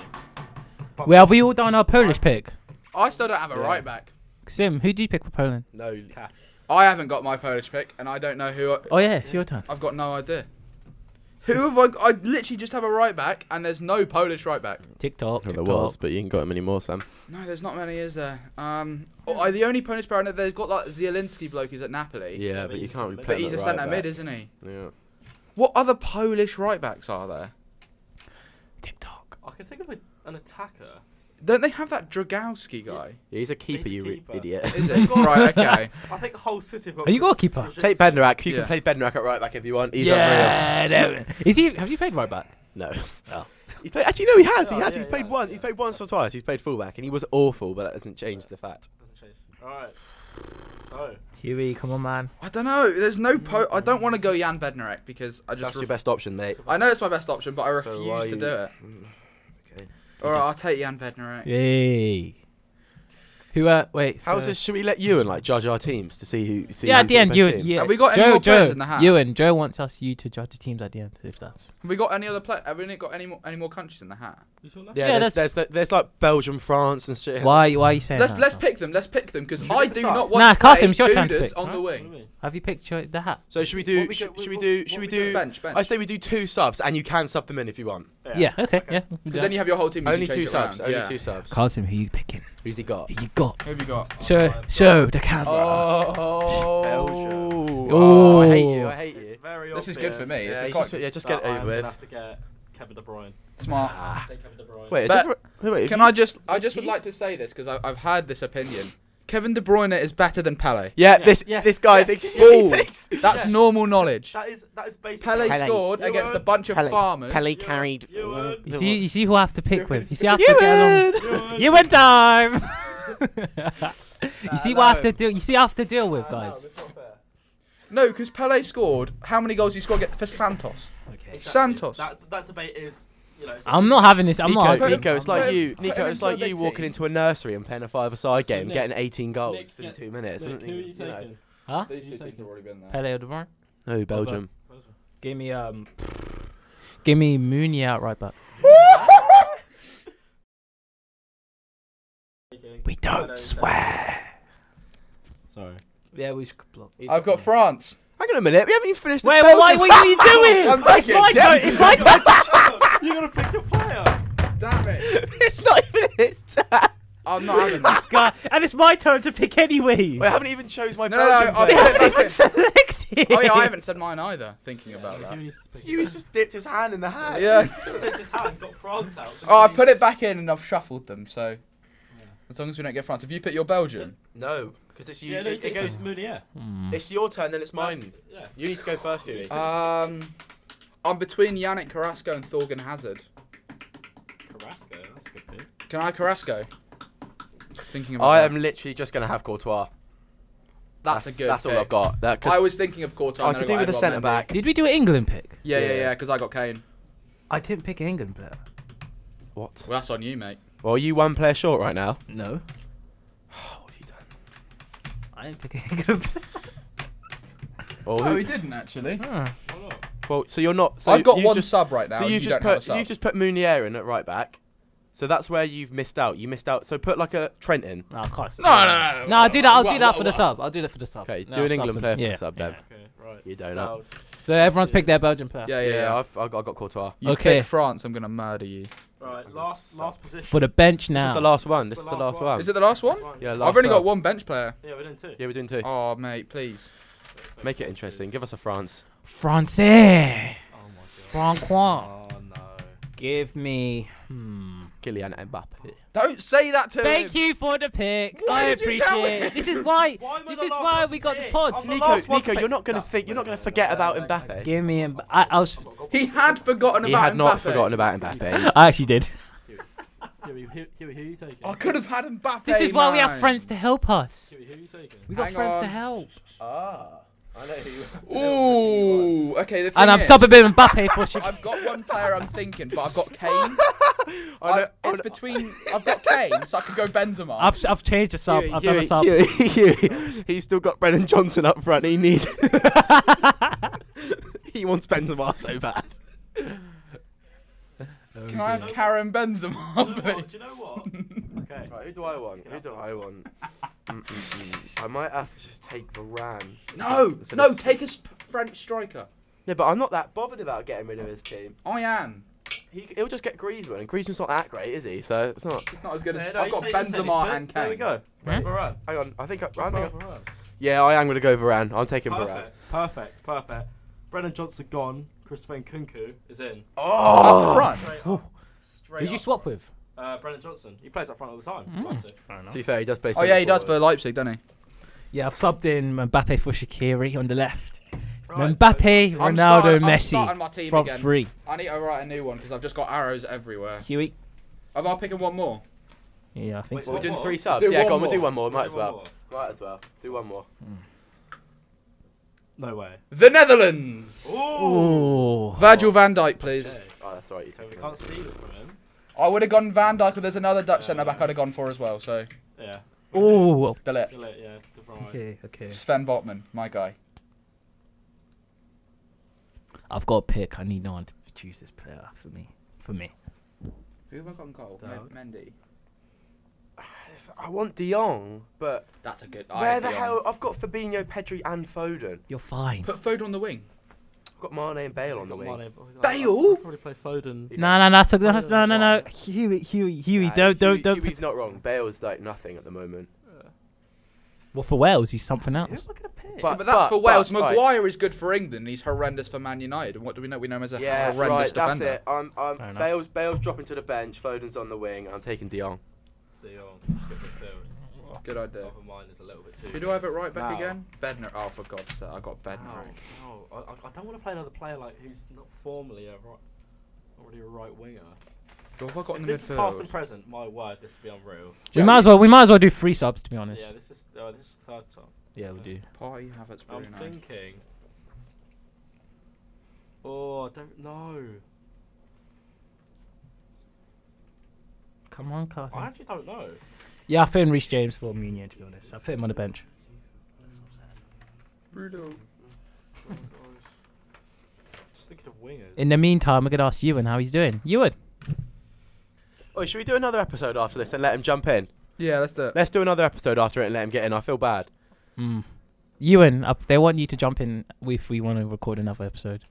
But well, have we all done our Polish pick? I still don't have a Yeah. right back. Sim, who do you pick for Poland? no. I haven't got my Polish pick, and I don't know who. I, Oh yeah, it's your turn. I've got no idea. Who have I? g- I literally just have a right back, and there's no Polish right back. TikTok. There TikTok. was, but you ain't got him anymore, Sam. No, there's not many, is there? Um, oh, I, the only Polish player I know they've got like Zielinski bloke who's at Napoli. Yeah, but but you he's a can't. centre but play he's a him at centre right mid, back. isn't he? Yeah. What other Polish right backs are there? TikTok. I can think of a, an attacker. Don't they have that Dragowski guy? He's a keeper, He's a you re- keeper. idiot. Is it right? Okay. I think the whole city have got. Are you goalkeeper? Kulusevski. Take Bednarak. You Yeah. can play Bednarak at right back if you want. He's yeah. there we- Is he? Have you played right back? Oh. unreal. No. He's played, actually, no, he has. Oh, he has. yeah, he's played yeah, one. yeah, he's played once or twice. He's played fullback, and he was awful, but that doesn't change the fact. Doesn't change. Alright. So, Huey, come on, man. I don't know. There's no po. I don't want to go Jan Bednarek because I just. That's your ref- best option, mate. I know it's my best option, but I refuse So why to you- do it. Mm, Okay. All right, I'll take Jan Bednarek. Yay. Who? Uh, wait. How's so- this? Should we let you and like judge our teams to see who? See Yeah, who's at the end, best you team? yeah. Have we got Joe, any more players Joe, in the hat? You and Joe wants us you to judge the teams at the end. If that's Have we got any other play? Have we got any more any more countries in the hat? you sure Yeah, Yeah, there's, there's, there's, like Belgium, France, and shit. why why are you saying let's that? let's pick them. Let's pick them because Should we I pick do sides? not want Nah, to Carson, play it's your turn to Budas pick, on the huh? wing. Have you picked your, the hat? So should we What do? we Should, do- should we what- do? what Should we we do? do? Bench, bench. I say we do two subs, and you can sub them in if you want. Yeah. okay. Yeah. we Because got then it. you have your whole team. you Only can two change it around. subs. Only yeah. two subs. Carson, who you picking? Who's he got? Who you got? Who have you got? Show show the camera. Oh, Belgium. Oh, I hate you. I hate you. It's very This is good for obvious me. Yeah, This is you quite just, yeah, just get it that over I'm gonna with. have to get Ah. Kevin De Bruyne. smart. Say Kevin De Bruyne. Wait, is But- it for- wait, wait, Can if I just I just would like to say this because I've had this opinion. Kevin De Bruyne is better than Pele. you- Yeah, Yes, this yes, this guy yes. thinks he's Oh. he thinks- That's normal knowledge. That is that is basically Pele, Pele. scored You against a won. bunch of Pele. farmers. Pele Ewan, carried. Ewan. You see, you see who I have to pick with. You see, I have to You get along. win. Ewan. You win time. you see what I have to deal. You see, I have to deal with, guys. No, because Pele scored. How many goals he scored get- for Santos? Okay. Exactly. Santos. That, that debate is, you know, it's I'm not having this. I'm not. Nico, having- Nico, it's I'm like not- you. Put him Nico, it's into like a you big walking team. into a nursery and playing a five-a-side So game, Nick- getting 18 Nick, goals in get- two minutes. Nick, isn't who are it? You you know. taking? Huh? These two Who's people taking have already been there. Pele or De Bruyne? No, Belgium. Give me um. Give me Mooney out right back. We don't swear. Sorry. Yeah, we should block. I've got France. Hang on a minute, we haven't even finished. the Wait, wait, Belgium- wait, what are you doing? I'm it's my thinking, turn. It's my turn. You're gonna pick your player. Damn it. it's not even his turn. I'm not having that. This guy, and it's my turn to pick anyway. We haven't even chose my No, no, Belgium. no, I- they player. haven't even selected. Oh yeah, I haven't said mine either. Thinking about that. You just dipped his hand in the hat. Yeah. his hand, got France out. Oh, I put it back in and I've shuffled them. So as long as we don't get France. Have you put your Belgium? No, because it's you. Yeah, no, it, it goes. goes Mounier. It's your turn, then it's mine. Yeah. You need to go first, Yui. Um, I'm between Yannick Carrasco and Thorgan Hazard. Carrasco, that's a good pick. Can I have Carrasco? Thinking about I that. am literally just gonna have Courtois. That's, a good. That's all pick. I've got. That, 'cause I was thinking of Courtois. I and could then do with a got Edouard centre Mendy. back. Did we do an England pick? Yeah, yeah, Yeah. yeah. Because I got Kane. I didn't pick an England player. What? Well, that's on you, mate. Well, you one player short right now. No, What have you done? I didn't pick an England player. Well, No, who- he didn't actually. well, so you're not. So I've got you've one Just, sub right now. so and you've you just don't have a put sub. you've just put Munier in at right back. So that's where you've missed out. You missed out. So put like a Trent in. No, I can't. No, no, no, no. No, I'll do that. I'll Wha- do that wha- for the wha- sub. I'll do that for the sub. Okay, No, do an I'll England them. player for yeah. the sub then. Okay, right. You don't know. Dowd. So everyone's picked their Belgian player Yeah, yeah, Yeah, yeah. I've, I've got I've got Courtois. You Okay. pick France, I'm gonna murder you. Right, last last position. for the bench This is now. the last one. This This is is the the last last one. one. Is it the last one? That's fine. Yeah, I've Oh. last only got one. one bench player. Yeah, we're doing two. Yeah, we're doing two. Oh, mate, please. Make it interesting. Give us a France. Francais. Oh my Francois. god. Oh no. Give me. Hmm. Kylian Mbappe. Don't say that to Thank him. you for the pick. Why I did you tell appreciate it. This is why. Why am I this the is last why one we to got the pick? pod. I'm the Nico, last one to Nico, you're pick. not gonna think. You're not gonna forget about Mbappe. Give me. Mb- I, I'll. Sh- He had forgotten He about had not Mbappe. forgotten about Mbappe. I actually did. Huey, who, Huey, who are you taking? I could have had Mbappe. This is why we have man. friends to help us. Huey, who are you taking? We got Hang friends on. to help. Ah, I know who you are. Ooh, okay. The thing And I'm is, subbing in Mbappe for Shaq. I've got one player I'm thinking, but I've got Kane. I know, I've- it's between. I've got Kane, so I could go Benzema. I've, I've changed a sub. Huey, I've done a sub. he's still got Brennan Johnson up front. He needs. he wants Benzema so bad. Can I have dear. Karen Do Benzema, you know Um, what? please? Do you know what? Okay. Right, who do I want? Who do I want? I might have to just take Varane. No, no, take a sp- French striker. No, but I'm not that bothered about getting rid of his team. I am. He, he'll just get Griezmann, and Griezmann's not that great, is he? So it's not. It's not as good as Yeah, no, I've you got say- you say this, Benzema but and Kane. There we go. Hmm? Varane. Hang on, I think I, I think I, Varane. Yeah, I am going to go Varane. I'm taking Varane. Perfect, perfect, perfect. Brennan Johnson gone. Christopher Nkunku is in. Up Oh, front. Straight up. Straight Who'd you up. swap with? Uh, Brennan Johnson. He plays up front all the time. Leipzig. to be fair, he does play. Oh yeah, he does for Leipzig, doesn't he? Yeah, I've subbed in Mbappe for Shakiri on the left. Mbappe, I'm Ronaldo, starting, I'm starting Messi. my team Front again. three. I need to write a new one because I've just got arrows everywhere. Huey. Am I picking one more? Yeah, I think Wait, so. what We're doing more? three subs. Do yeah, one go on, we'll do more. one more. Might as One well. more. Might as well. Do one more. No way. The Netherlands. Ooh. Virgil Van Dijk, please. Okay. Oh, that's right. You So we take it. can't steal it from him. I would have gone Van Dijk, but there's another Dutch centre back I'd have gone for as well. So Yeah. Ooh. delete. Steal it, yeah. De Bruyne. Okay, okay. Sven Botman, my guy. I've got a pick. I need no one to choose this player for me. For me. Who have I got on goal? Dog. Mendy. I want De Jong, but That's a good. I where had the Dion. hell? I've got Fabinho, Pedri, and Foden. You're fine. Put Foden on the wing. I've got Mane and Bale He's on the wing. got Mane, but I'd Bale? Probably play Foden. No, no, no, took no, that. No, no, no. no. Huey, Huey, Huey, Nah, don't, don't, Huey- don't. Huey's not wrong. Bale's like nothing at the moment. Well, for Wales, he's something Who am else. I gonna pick? But, that's for Wales. but, right. Maguire is good for England. He's horrendous for Man United. And what do we know? We know him as a Yeah, horrendous right. defender. That's it. I'm, I'm Fair enough. Bale's, Bale's dropping to the bench. Foden's on the wing. I'm taking De Jong. De Jong, let's go midfield. Good idea. Other mine is a little bit too. Who do I have at right back Now. again? Bednar. Oh, for God's sake, I got Ow, Bednar. ow. Oh, I, I- I don't want to play another player like who's not formally a right, already a right winger. Who have I got in If the this is past midfield? and present. My word, this would be unreal. We might as well, we might as well do three subs, to be Yeah, honest. this is uh, this is the third time. Yeah, we do. Party Havertz, I'm Bruno. thinking. Oh, I don't know. Come on, I Carter. actually don't know. Yeah, I fit in Reece James for Munier, to be honest. I fit him on the bench. Bruno. Just thinking of wingers. In the meantime, we're gonna ask Ewan how he's doing. Ewan. Oh, should we do another episode after this and let him jump in? Yeah, let's do it. Let's do another episode after it and let him get in. I feel bad. Mm. Ewan, uh, they want you to jump in if we want to record another episode.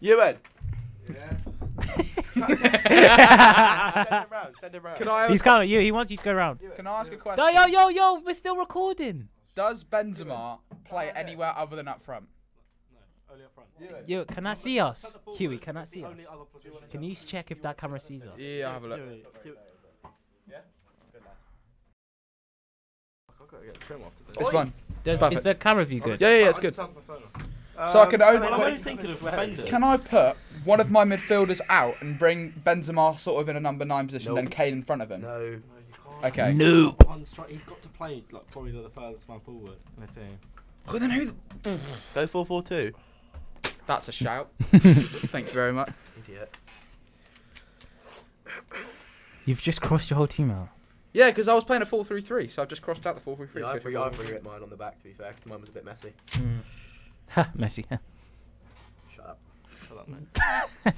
You in? Yeah. send him round. Send him round. Can I? He's coming. You. He wants you to go around. Can I ask a question? Yo, yo, yo, yo. We're still recording. Does Benzema play anywhere other than up front? Only up front. Yo, can I see us? Huey, can I see us? Can you check if that camera sees us? Yeah, I'll have a look. I've got to get trim after this. It's fun. Does, is Perfect. the camera view good? Yeah, yeah, yeah it's I good. just had my phone off. So I Um, can only. Well, I'm put- only thinking of defenders. Can I put one of my midfielders out and bring Benzema sort of in a number nine position, then Nope. Kane in front of him? No. No, you can't. Okay. No. One stri- he's got to play like probably like, the furthest man forward in the team. Well, then who's? Go 4 4 2. That's a shout. Thank you very much. Idiot. You've just crossed your whole team out. Yeah, because I was playing a four-three-three, so I've just crossed out the four-three-three. Yeah, I've re- I've regret mine on the back, to be fair, because mine was a bit messy. Ha, Messi. huh. Shut up. So that meant-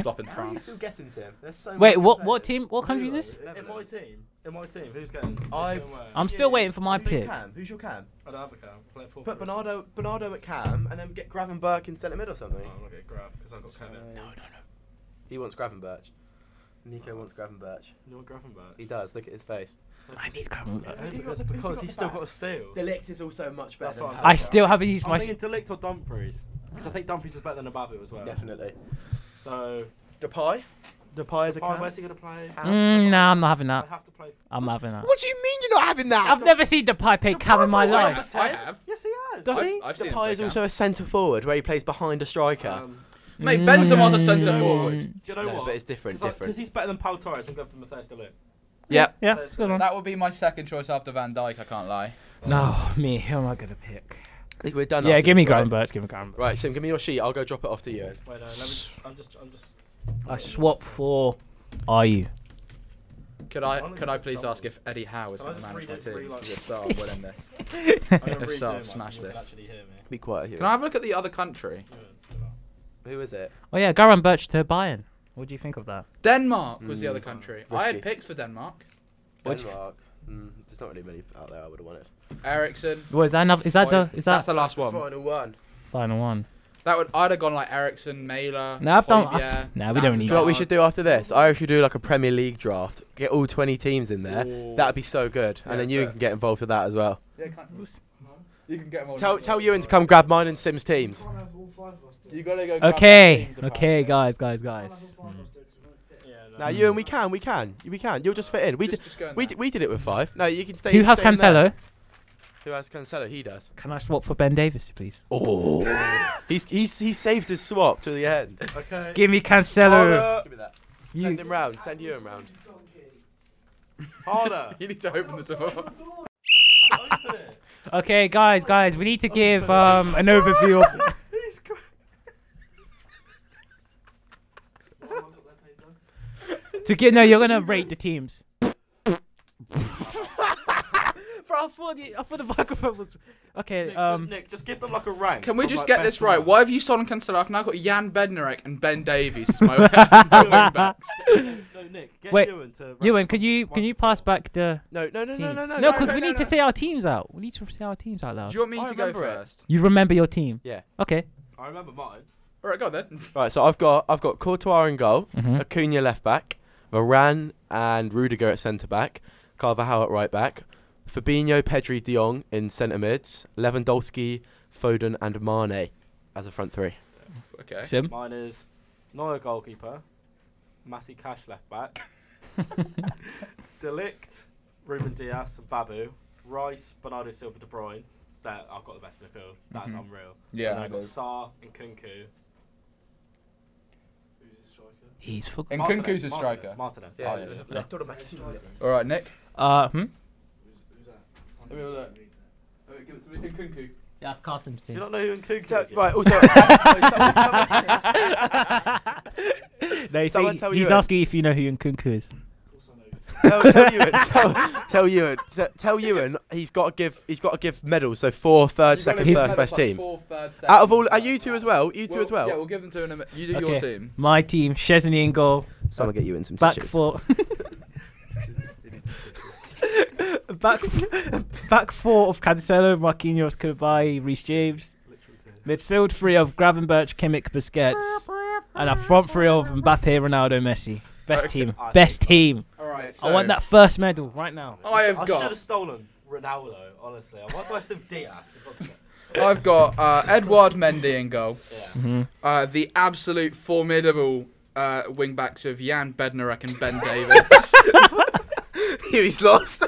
flopping How are you France. still guessing, Sam? There's so Wait, many what? What players. team? What country is Who are this? they? In my Netherlands. team. In my team. Who's getting? who's I- going where? I'm still waiting for my Who's your pick. Cam? Who's your cam? I don't have a cam. Play four. Put Bernardo, Bernardo at cam, and then get Gravenberch in centre mid or Oh, something. I'm not getting grab because I've got Kevin. He wants Gravenberch. Nico wants Gravenberch. You want Gravenberg? He does. Look at his face. I need camera. Yeah, Who you got because, the- who you because got he's the still back? got a steal. Delict is also much better. That's what than I'm I Pavard. still haven't used my. I'm s- thinking Delict or Dumfries because I think Dumfries is better than Mbappe as well. Definitely. So Depay. Depay is a Depay, cam. where's he gonna play? Mm, nah, I'm not having I that. have to play. I'm not having that. What do you mean you're not having that? I've never seen Depay pick cam in my Depay- life. I I have. Yes, he has. Does I've- he? I've seen him play Depay is cam. also a centre forward where he plays behind a striker. Um, Mate, Benzema's a centre forward. do you know Mm. no, what? but it's different. Because Different. he's better than Paul Torres. I'm going for Matthias Delict. Yep. Yeah, what's going on? That would be my second choice after Van Dijk. I can't lie. No, me. Who am I gonna pick? I think we're done. Yeah, after give this, me right? Graham Birch. Give me Graham Birch. Right, Sim, give me your sheet. I'll go drop it off to you. Wait, no, let me. I'm just. I'm just. I swap for. Are you? Could I? Honestly, could I please double. ask if Eddie Howe is Can I going to just manage read my it, team? read like- Because if so, I'm winning this. I'm gonna If redo so, mine so smash you can this. actually hear me. Be quiet here. Can I have a look at the other country? Who is it? Oh yeah, Graham Birch to Bayern. What do you think of that? Denmark was the Mm. other country. I had Risky. picks for Denmark. What do you- Denmark. Mm, there's not really many out there I would have wanted. Ericsson. Well, is that enough? Is that the? Is that That's the last one. Final one. final one? That would I'd have gone like Ericsson, Mailer. No, I've done- Yeah. I've- nah, we don't need Do you know what we should do after this? I should do like a Premier League draft. Get all 20 teams in there. That'd be so good. Yeah, and then that's you fair. can get involved with that as well. Yeah, can't- you can get them all. Tell now. tell Ewan to come grab mine and Sim's You teams. can't have all five of us do it. You gotta go. grab Okay, those teams okay, guys, guys, apart. You can't guys. have all five of us do it 'cause we won't fit. Yeah, Now no. Ewan, we can, we can, we can. You'll just fit in. We Mm. Just- did, just go in we there. did, we did it with five. No, you can stay. Who has stay in there. Cancelo? Who has Cancelo? He does. Can I swap for Ben Davis, please? Oh. he's, he's, he saved his swap to the end. Okay. Give me Cancelo. Harder. Give me that. Send You. him round. Send you round. Harder. You need to open the door. Open it. Okay, guys, guys, we need to give um an overview of. He's cr- to get no, you're gonna rate the teams. Bro, I thought the, I thought the microphone was okay. Nick, Um, just, Nick, just give them like a rank. Can we of, just like, get best this to right? worst. Why have you Son Cancelo? I've now got Jan Bednarek and Ben Davies as my my wing backs. No, Nick. Get Wait. Ewan to. rank Ewan, them can from you one can to you pass four. back the No, no, no, team? no, no, no. no, because we no, need no. to say our teams out. We need to say our teams out Do loud. you want me I to go remember it. first? You remember your team? Yeah. Okay. I remember mine. All right, go on then. Right, so I've got I've got Courtois in goal, Mhm. Acuna left back, Varane and Rudiger at centre back, Carvajal at right back, Fabinho, Pedri, De Jong in centre mids, Lewandowski, Foden and Mane as a front three. Okay. Sim. Mine is Neuer goalkeeper, Massey Cash left back, Delict, Ruben Diaz, and Babu, Rice, Bernardo Silva, De Bruyne. That I've got the best midfield. That's Mhm. unreal. and Yeah. then I've got And Saar and Kunku. He's forgot. Kunku's a Martinez, Martinez, striker. Martinez. Oh, Yeah, Martinez. yeah, yeah. All right, Nick. Uh, hmm. Let me have a look. Give it to me. Kunku. That's Carsten's Do you not know who Kunku is? yet? right, also no, he's, Someone he- tell he's Ewan. asking if you know who Nkunku is. tell, tell Ewan, tell, tell Ewan, t- tell Ewan, he's got to give he's got to give medals. So four, third, second, give first, medals, best team. Fourth, third, Out of second, all, are third. you two as well? You two as well. Yeah, we'll give them to in a minute. You do Okay. your team. My team, Chesney in goal, Someone get you in some back tissues. four. back, back four of Cancelo, Marquinhos, Kobai, Reece James. Midfield three of Gravenberch, Kimmich, Busquets, and a front three of Mbappe, Ronaldo, Messi. Best Okay. team, I best think- team. All right. I want that first medal right now. I have I got- should have stolen Ronaldo, honestly. Why do I still Diaz? For God's sake. I've got uh, Edouard Mendy in goal. Yeah. Uh, the absolute formidable uh, wing backs of Jan Bednarek and Ben Davis. he's lost.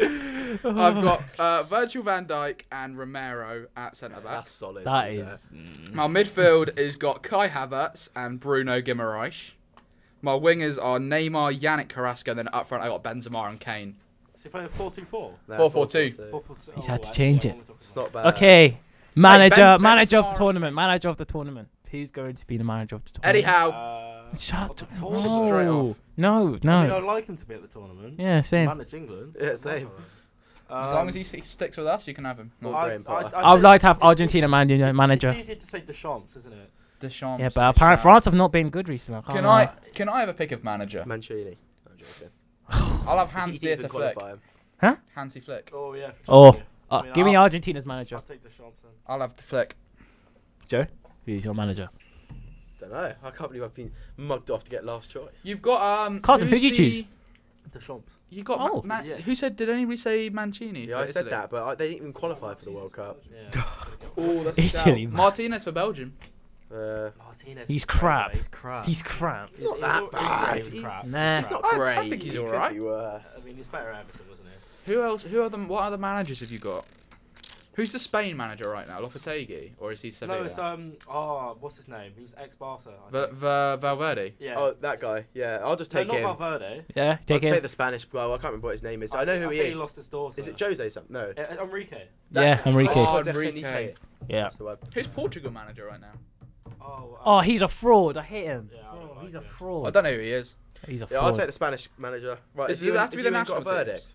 I've got uh, Virgil van Dijk and Romero at centre back. That's solid. That to be fair. is. Mm. My midfield is got Kai Havertz and Bruno Guimaraes. My wingers are Neymar, Yannick Carrasco, and then up front I got Benzema and Kane. Is he playing 4 2 4? Nah, 4-4-2. 4-4-2. He's had to change oh, it. It's not bad. Okay, manager, Mm. Ben- manager of Benzema- the tournament, manager of the tournament. Who's going to be the manager of the tournament? Eddie Howe. Uh, Shut Of up. the tournament. Straight No. off. no, I mean, no. I'd like him to be at the tournament. Yeah, same. Manage England. Um, Yeah, same. As long as he s- sticks with us, you can have him. Well, I, Graham Potter. I would like to have it's- Argentina man, you know, it's- manager. It's easier to say Deschamps, isn't it? Deschamps. Yeah, but apparently France have not been good recently. I Can can't lie. I can I have a pick of manager? Mancini. I'm joking. I'll have He'd Hans even Dieter Flick. qualify him. Hansi Flick. Oh, yeah. for Oh. Germany. Uh, I mean, give me I'll- Argentina's manager. I'll take Deschamps then. I'll have the Flick. Who's your manager? Don't know. I can't believe I've been mugged off to get last choice. You've got um. Carson, who's who'd you the- choose? Deschamps. You got. Oh. Oh, Ma- Yeah. Who said? Did anybody say Mancini? yeah, for I said Italy? that, but I, they didn't even qualify for the World Cup. Yeah. Oh, that's Italy, Italy. man. Martinez for Belgium. Uh, Martinez. He's is great, crap. though, He's Uh, crap. He's crap. He's- he's that al- he's- bad. He was He's- crap. He was nah. he's crap. not great. I- I think he's He could alright. be worse. I mean, he's better at Everton, wasn't he? Who else? Who are the? What other managers have you got? Who's the Spain manager right now? Lopetegui, or is he Sevilla? No, it's um. Oh, what's his name? He was ex Barca. I Ver- think. Ver- Valverde. Yeah. Oh, that guy. Yeah, I'll just No, take not him. I'll Valverde. Yeah, take take him. the Spanish guy. I can't remember what his name is. I know think- who he think is. He lost his daughter. Is it Jose something? No. Uh, uh, Enrique. Yeah, Enrique. Oh, Jose Enrique. Yeah. That's the one. Who's Portugal manager right now? Oh. Oh, he's a fraud. I hate him. Yeah, I Oh, don't he's like a him. I fraud. don't know who he is. He's a Yeah, I'll take fraud. the Spanish manager. Right, Does is it have Ewan- to be is the Ewan got a national teams? verdict?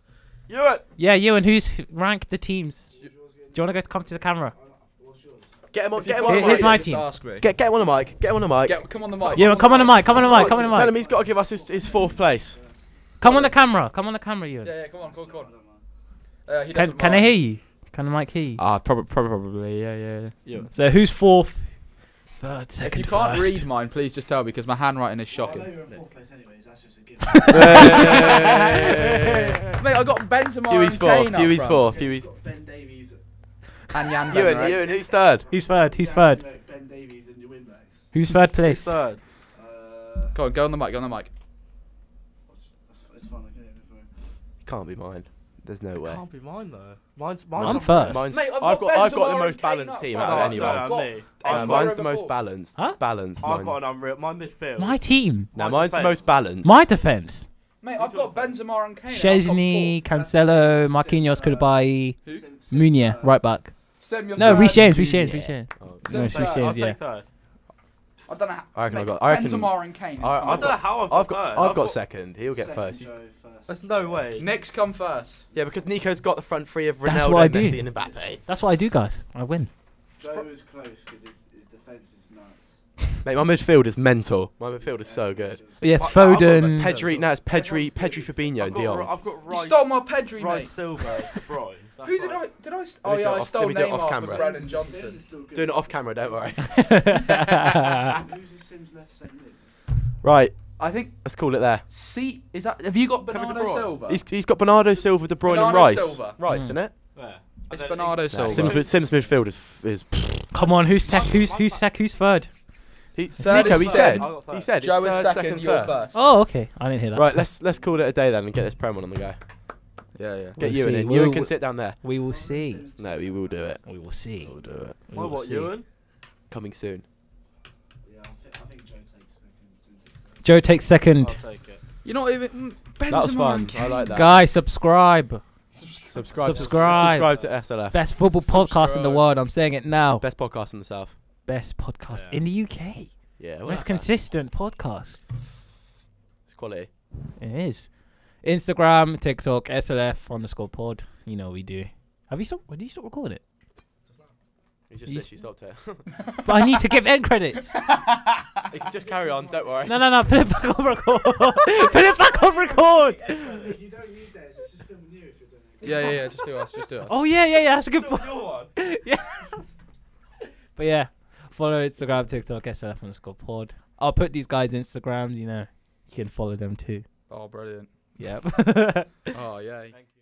Yeah, you and who's ranked the teams? Do you want to go come to the camera? Get him on. If you Get him put on. Here- the here's it right, mic. my just team. Ask me. Get get him on the mic. Get him on the mic. Get- come on the mic. Ewan, come on the mic. Come on the mic. Come on Tell the him mic. he's got to give us his, his fourth place. Come on the camera. Come on the camera, Ewan. Yeah, yeah, come on, come on, come on. Uh, he Can doesn't can I mind. hear you? Can the mic hear you? Ah, prob- probably, yeah, yeah. yeah. So who's fourth? Third, If you second, can't first. read mine, please just tell me because my handwriting is shocking. you're in fourth place anyways, that's just a given. Mate, I got Benzema Huey's and Kane fourth. up Huey's front. fourth. He's Huey's. got Ben Davies. And Jan Ewan. Bednarek. Ewan. Who's third? Who's third? Who's Yeah, third? you know, Ben Davies in your win backs. Who's third place? Third. Uh, Go on, go on the mic, go on the mic. what's- that's- it's fine, I can hear it, don't worry. Can't be mine. Th- There's no It way. can't be mine though. Mine's I'm mine's first. Mine's, Mate, I've got I've got, I've got Benzema the and most Kane balanced up team front. out of Oh, anyone. no, No, no, me. I've Uh, got I've, mine's Barrow the most before. balanced. Huh? Balanced. I've Mine. got an unreal. My midfield. My team. now my mine's the defence. most balanced. My defense. Mate, I've got Benzema and Kane. and I've got Chesney, four. Cancelo, Marquinhos, Koulibaly, uh, Munier, right back. Sem, you're No, third. Reece James, Reece James, Reece James. Oh, So- No, it's Third, Reece I'll James, yeah. take third. I don't know. How, I reckon I mate, got- I reckon- Benzema and Kane. I- I I don't know how I've got I've got, third. I've got, second. He'll get Second first. Joe, first. There's no way. Next come first. Yeah, because Nico's got the front three of That's what I Ronaldo, do. Messi, and Mbappe. That's what I do, guys. I win. Joe was close because his, his defense is nuts. Mate, my midfield is mental. My midfield is so good. Yes, I- I've got Foden. best Pedri, no, it's Pedri, Pedri, Everyone's Fabinho, I've and got, Dion. Ri- I've got You Rice, stole my Pedri, Rice, mate. Silva, De Bruyne. That's Who did like- I? Did I? St- Let oh me do yeah, it I off- stole let me do it off Neymar for camera. Brennan Sims is Johnson. still good. Doing it off camera, don't worry. Who's his Sims left centre mid? right, I think. let's call it there. See, is that? Have you got Can we De Bernardo Bruyne? Silva? He's, he's got Bernardo, Silva, De Bruyne, and Bernardo Rice. Silva. Rice, Mm. isn't it? Yeah. It's I don't- Bernardo Nah, Silva. Sims, mid- Sims midfield is is. Come on, who's sec? Who's who's sec? Who's third? He, Third Nico, is he third. said. I got He third. said. Joe it's is third, second, you're first. first. Oh, okay. I didn't hear that. Right, let's let's call it a day then and get this prem on the go. Yeah, yeah. Get We'll Ewan see. in. We'll- Ewan can sit down there. We will see. No, we will do it. We will see. We'll do it. We Why, will what, see. Ewan? Coming soon. Yeah, I, thi- I think Joe takes second. Sims takes third. Joe takes I'll second. take it. You're not even. mm, Benzema That was fun. and I Kane. like that. Guys, subscribe. subscribe. to- Subscribe. Subscribe to SLF. Best football podcast in the Subscribe. world. I'm saying it now. Best podcast in the south. Best podcast Yeah. in the UK. Yeah, well, Most consistent podcast. it's quality. It is. Instagram, TikTok, SLF underscore pod. You know we do. Have you stopped? Did you stop recording it? You just You- literally stopped it. But I need to give end credits. you can just carry on. Don't worry. No, no, no. Put it back on record. Put it back on record. you don't need theirs. It's just filming you if you're doing it. Yeah, yeah, yeah. Just do us. Just do us. Oh yeah, yeah, yeah. That's a good Still point. your one. But yeah, follow Instagram, TikTok, SLF underscore pod. I'll put these guys' Instagrams. You know, you can follow them too. Oh, brilliant. Yeah. Oh, yeah. Thank you.